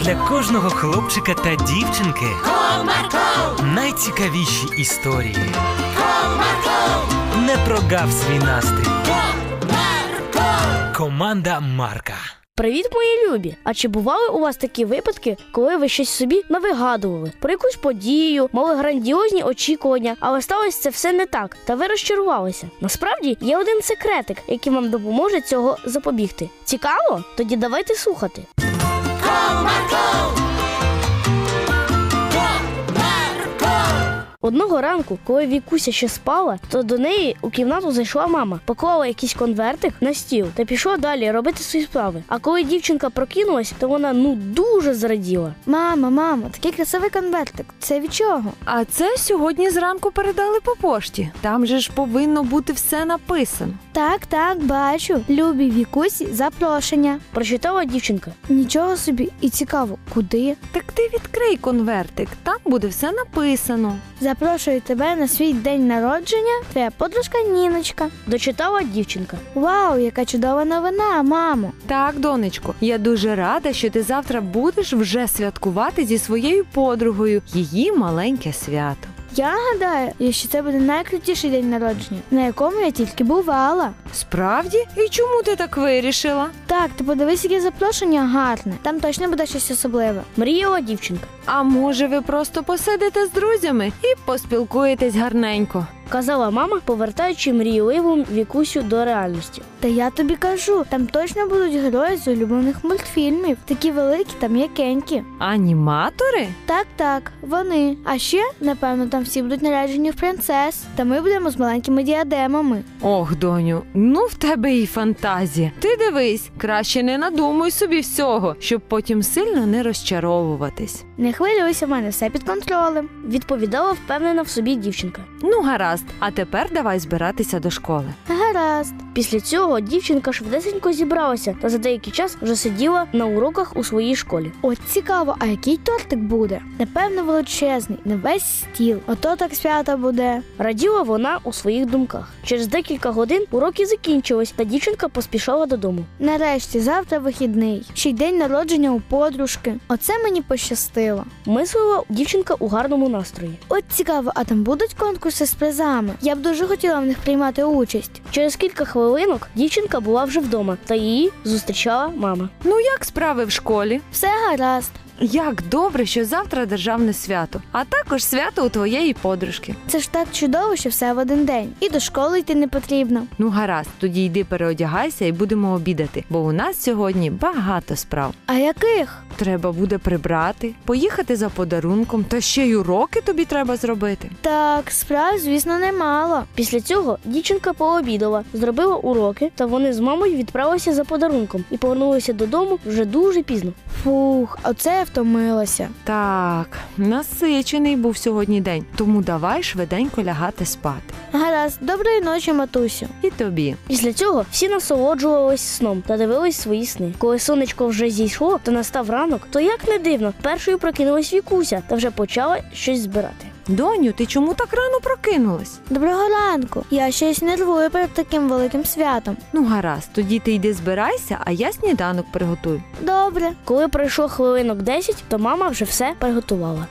для кожного хлопчика та дівчинки Comarco, найцікавіші історії. Comarco, Не прогав свій настрій. Comarco. Команда Марка. Привіт, мої любі! А чи бували у вас такі випадки, коли ви щось собі навигадували про якусь подію, мали грандіозні очікування, але сталося це все не так, та ви розчарувалися? Насправді є один секретик, який вам допоможе цього запобігти. Цікаво? Тоді давайте слухати. Одного ранку, коли Вікуся ще спала, то до неї у кімнату зайшла мама, поклала якийсь конвертик на стіл та пішла далі робити свої справи. А коли дівчинка прокинулась, то вона ну дуже зраділа. Мама, мама, такий красивий конвертик. Це від чого? А це сьогодні зранку передали по пошті. Там же ж повинно бути все написано. Так, так, бачу. Любі вікусі запрошення. Прочитала дівчинка. Нічого собі і цікаво, куди? Так ти відкрий конвертик, там буде все написано. Запрошую тебе на свій день народження, твоя подружка Ніночка. Дочитала дівчинка. Вау, яка чудова новина, мамо. Так, донечко, я дуже рада, що ти завтра будеш вже святкувати зі своєю подругою її маленьке свято. Я гадаю, що це буде найкрутіший день народження, на якому я тільки бувала. Справді? І чому ти так вирішила? Так, ти подивись, яке запрошення гарне. Там точно буде щось особливе. Мріяла дівчинка. А може, ви просто посидите з друзями і поспілкуєтесь гарненько. Казала мама, повертаючи мрійливу вікусю до реальності. Та я тобі кажу, там точно будуть герої з улюблених мультфільмів, такі великі та м'якенькі. Аніматори? Так, так, вони. А ще, напевно, там всі будуть наряджені в принцес, та ми будемо з маленькими діадемами. Ох, доню, ну в тебе і фантазія. Ти дивись, краще не надумуй собі всього, щоб потім сильно не розчаровуватись. Не хвилюйся, в мене все під контролем. Відповідала впевнена в собі дівчинка. Ну, гаразд, а тепер давай збиратися до школи. Гаразд. Після цього дівчинка швидесенько зібралася та за деякий час вже сиділа на уроках у своїй школі. От цікаво, а який тортик буде? Напевно, величезний, на весь стіл. Ото так свято буде. Раділа вона у своїх думках. Через декілька годин уроки закінчились, та дівчинка поспішала додому. Нарешті завтра вихідний. Ще й день народження у подружки. Оце мені пощастило. Мислила дівчинка у гарному настрої. От цікаво, а там будуть конкурси з призами. Я б дуже хотіла в них приймати участь. Через кілька хвилинок дівчинка була вже вдома, та її зустрічала мама. Ну, як справи в школі? Все гаразд. Як добре, що завтра державне свято, а також свято у твоєї подружки. Це ж так чудово, що все в один день. І до школи йти не потрібно. Ну, гаразд, тоді йди переодягайся і будемо обідати, бо у нас сьогодні багато справ. А яких? Треба буде прибрати, поїхати за подарунком, та ще й уроки тобі треба зробити. Так, справ, звісно, немало. Після цього дівчинка пообідала, зробила уроки, та вони з мамою відправилися за подарунком і повернулися додому вже дуже пізно. Фух, оце я втомилася. Так, насичений був сьогодні день, тому давай швиденько лягати спати. Гаразд, доброї ночі, матусю. І тобі. Після цього всі насолоджувались сном та дивились свої сни. Коли сонечко вже зійшло та настав ранок, то як не дивно, першою прокинулась Вікуся та вже почала щось збирати. Доню, ти чому так рано прокинулась? Доброго ранку. Я щось нервую перед таким великим святом. Ну, гаразд, тоді ти йди збирайся, а я сніданок приготую. Добре. Коли пройшло хвилинок 10, то мама вже все приготувала.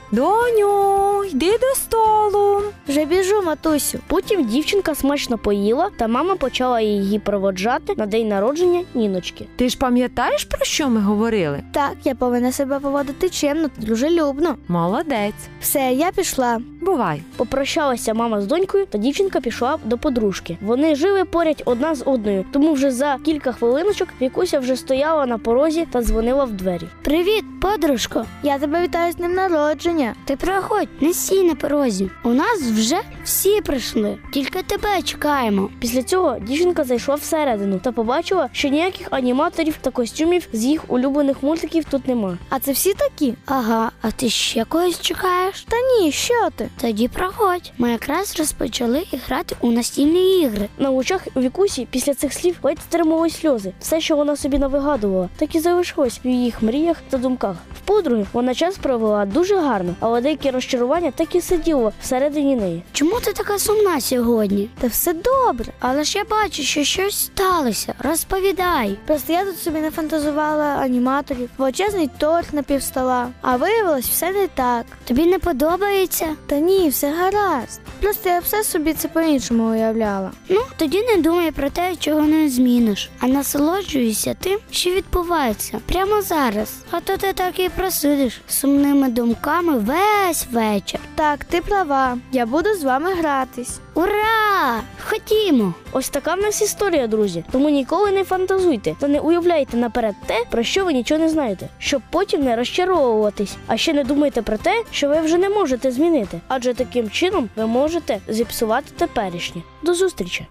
Доню, йди до столу. Вже біжу, матусю. Потім дівчинка смачно поїла, та мама почала її проводжати на день народження ніночки. Ти ж пам'ятаєш, про що ми говорили? Так, я повинна себе поводити чимно, та дружелюбно. Молодець. Все, я пішла. Бувай. Попрощалася мама з донькою, та дівчинка пішла до подружки. Вони жили поряд одна з одною, тому вже за кілька хвилиночок Вікуся вже стояла на порозі та дзвонила в двері. Привіт, подружко. Я тебе вітаю з днем народження. Ти проходь, не сій на порозі. У нас вже всі прийшли, тільки тебе чекаємо. Після цього дівчинка зайшла всередину та побачила, що ніяких аніматорів та костюмів з їх улюблених мультиків тут нема. А це всі такі? Ага, а ти ще когось чекаєш? Та ні, що ти? Тоді проходь. Ми якраз розпочали грати у настільні ігри. На очах у Вікусі після цих слів ледь стримали сльози. Все, що вона собі навигадувала, так і залишилось в їх мріях та думках. В подруги вона час провела дуже гарно, але деякі розчарування так і сиділо всередині неї. Чому Чому ти така сумна сьогодні? Та все добре, але ж я бачу, що щось сталося. Розповідай. Просто я тут собі нафантазувала аніматорів, величезний торт на півстола, а виявилось все не так. Тобі не подобається? Та ні, все гаразд. Просто я все собі це по-іншому уявляла. Ну, тоді не думай про те, чого не зміниш, а насолоджуйся тим, що відбувається прямо зараз. А то ти так і просидиш сумними думками весь вечір. Так, ти права, я буду з вами гратись. Ура! Ходімо! Ось така в нас історія, друзі. Тому ніколи не фантазуйте та не уявляйте наперед те, про що ви нічого не знаєте, щоб потім не розчаровуватись. А ще не думайте про те, що ви вже не можете змінити, адже таким чином ви можете зіпсувати теперішнє. До зустрічі!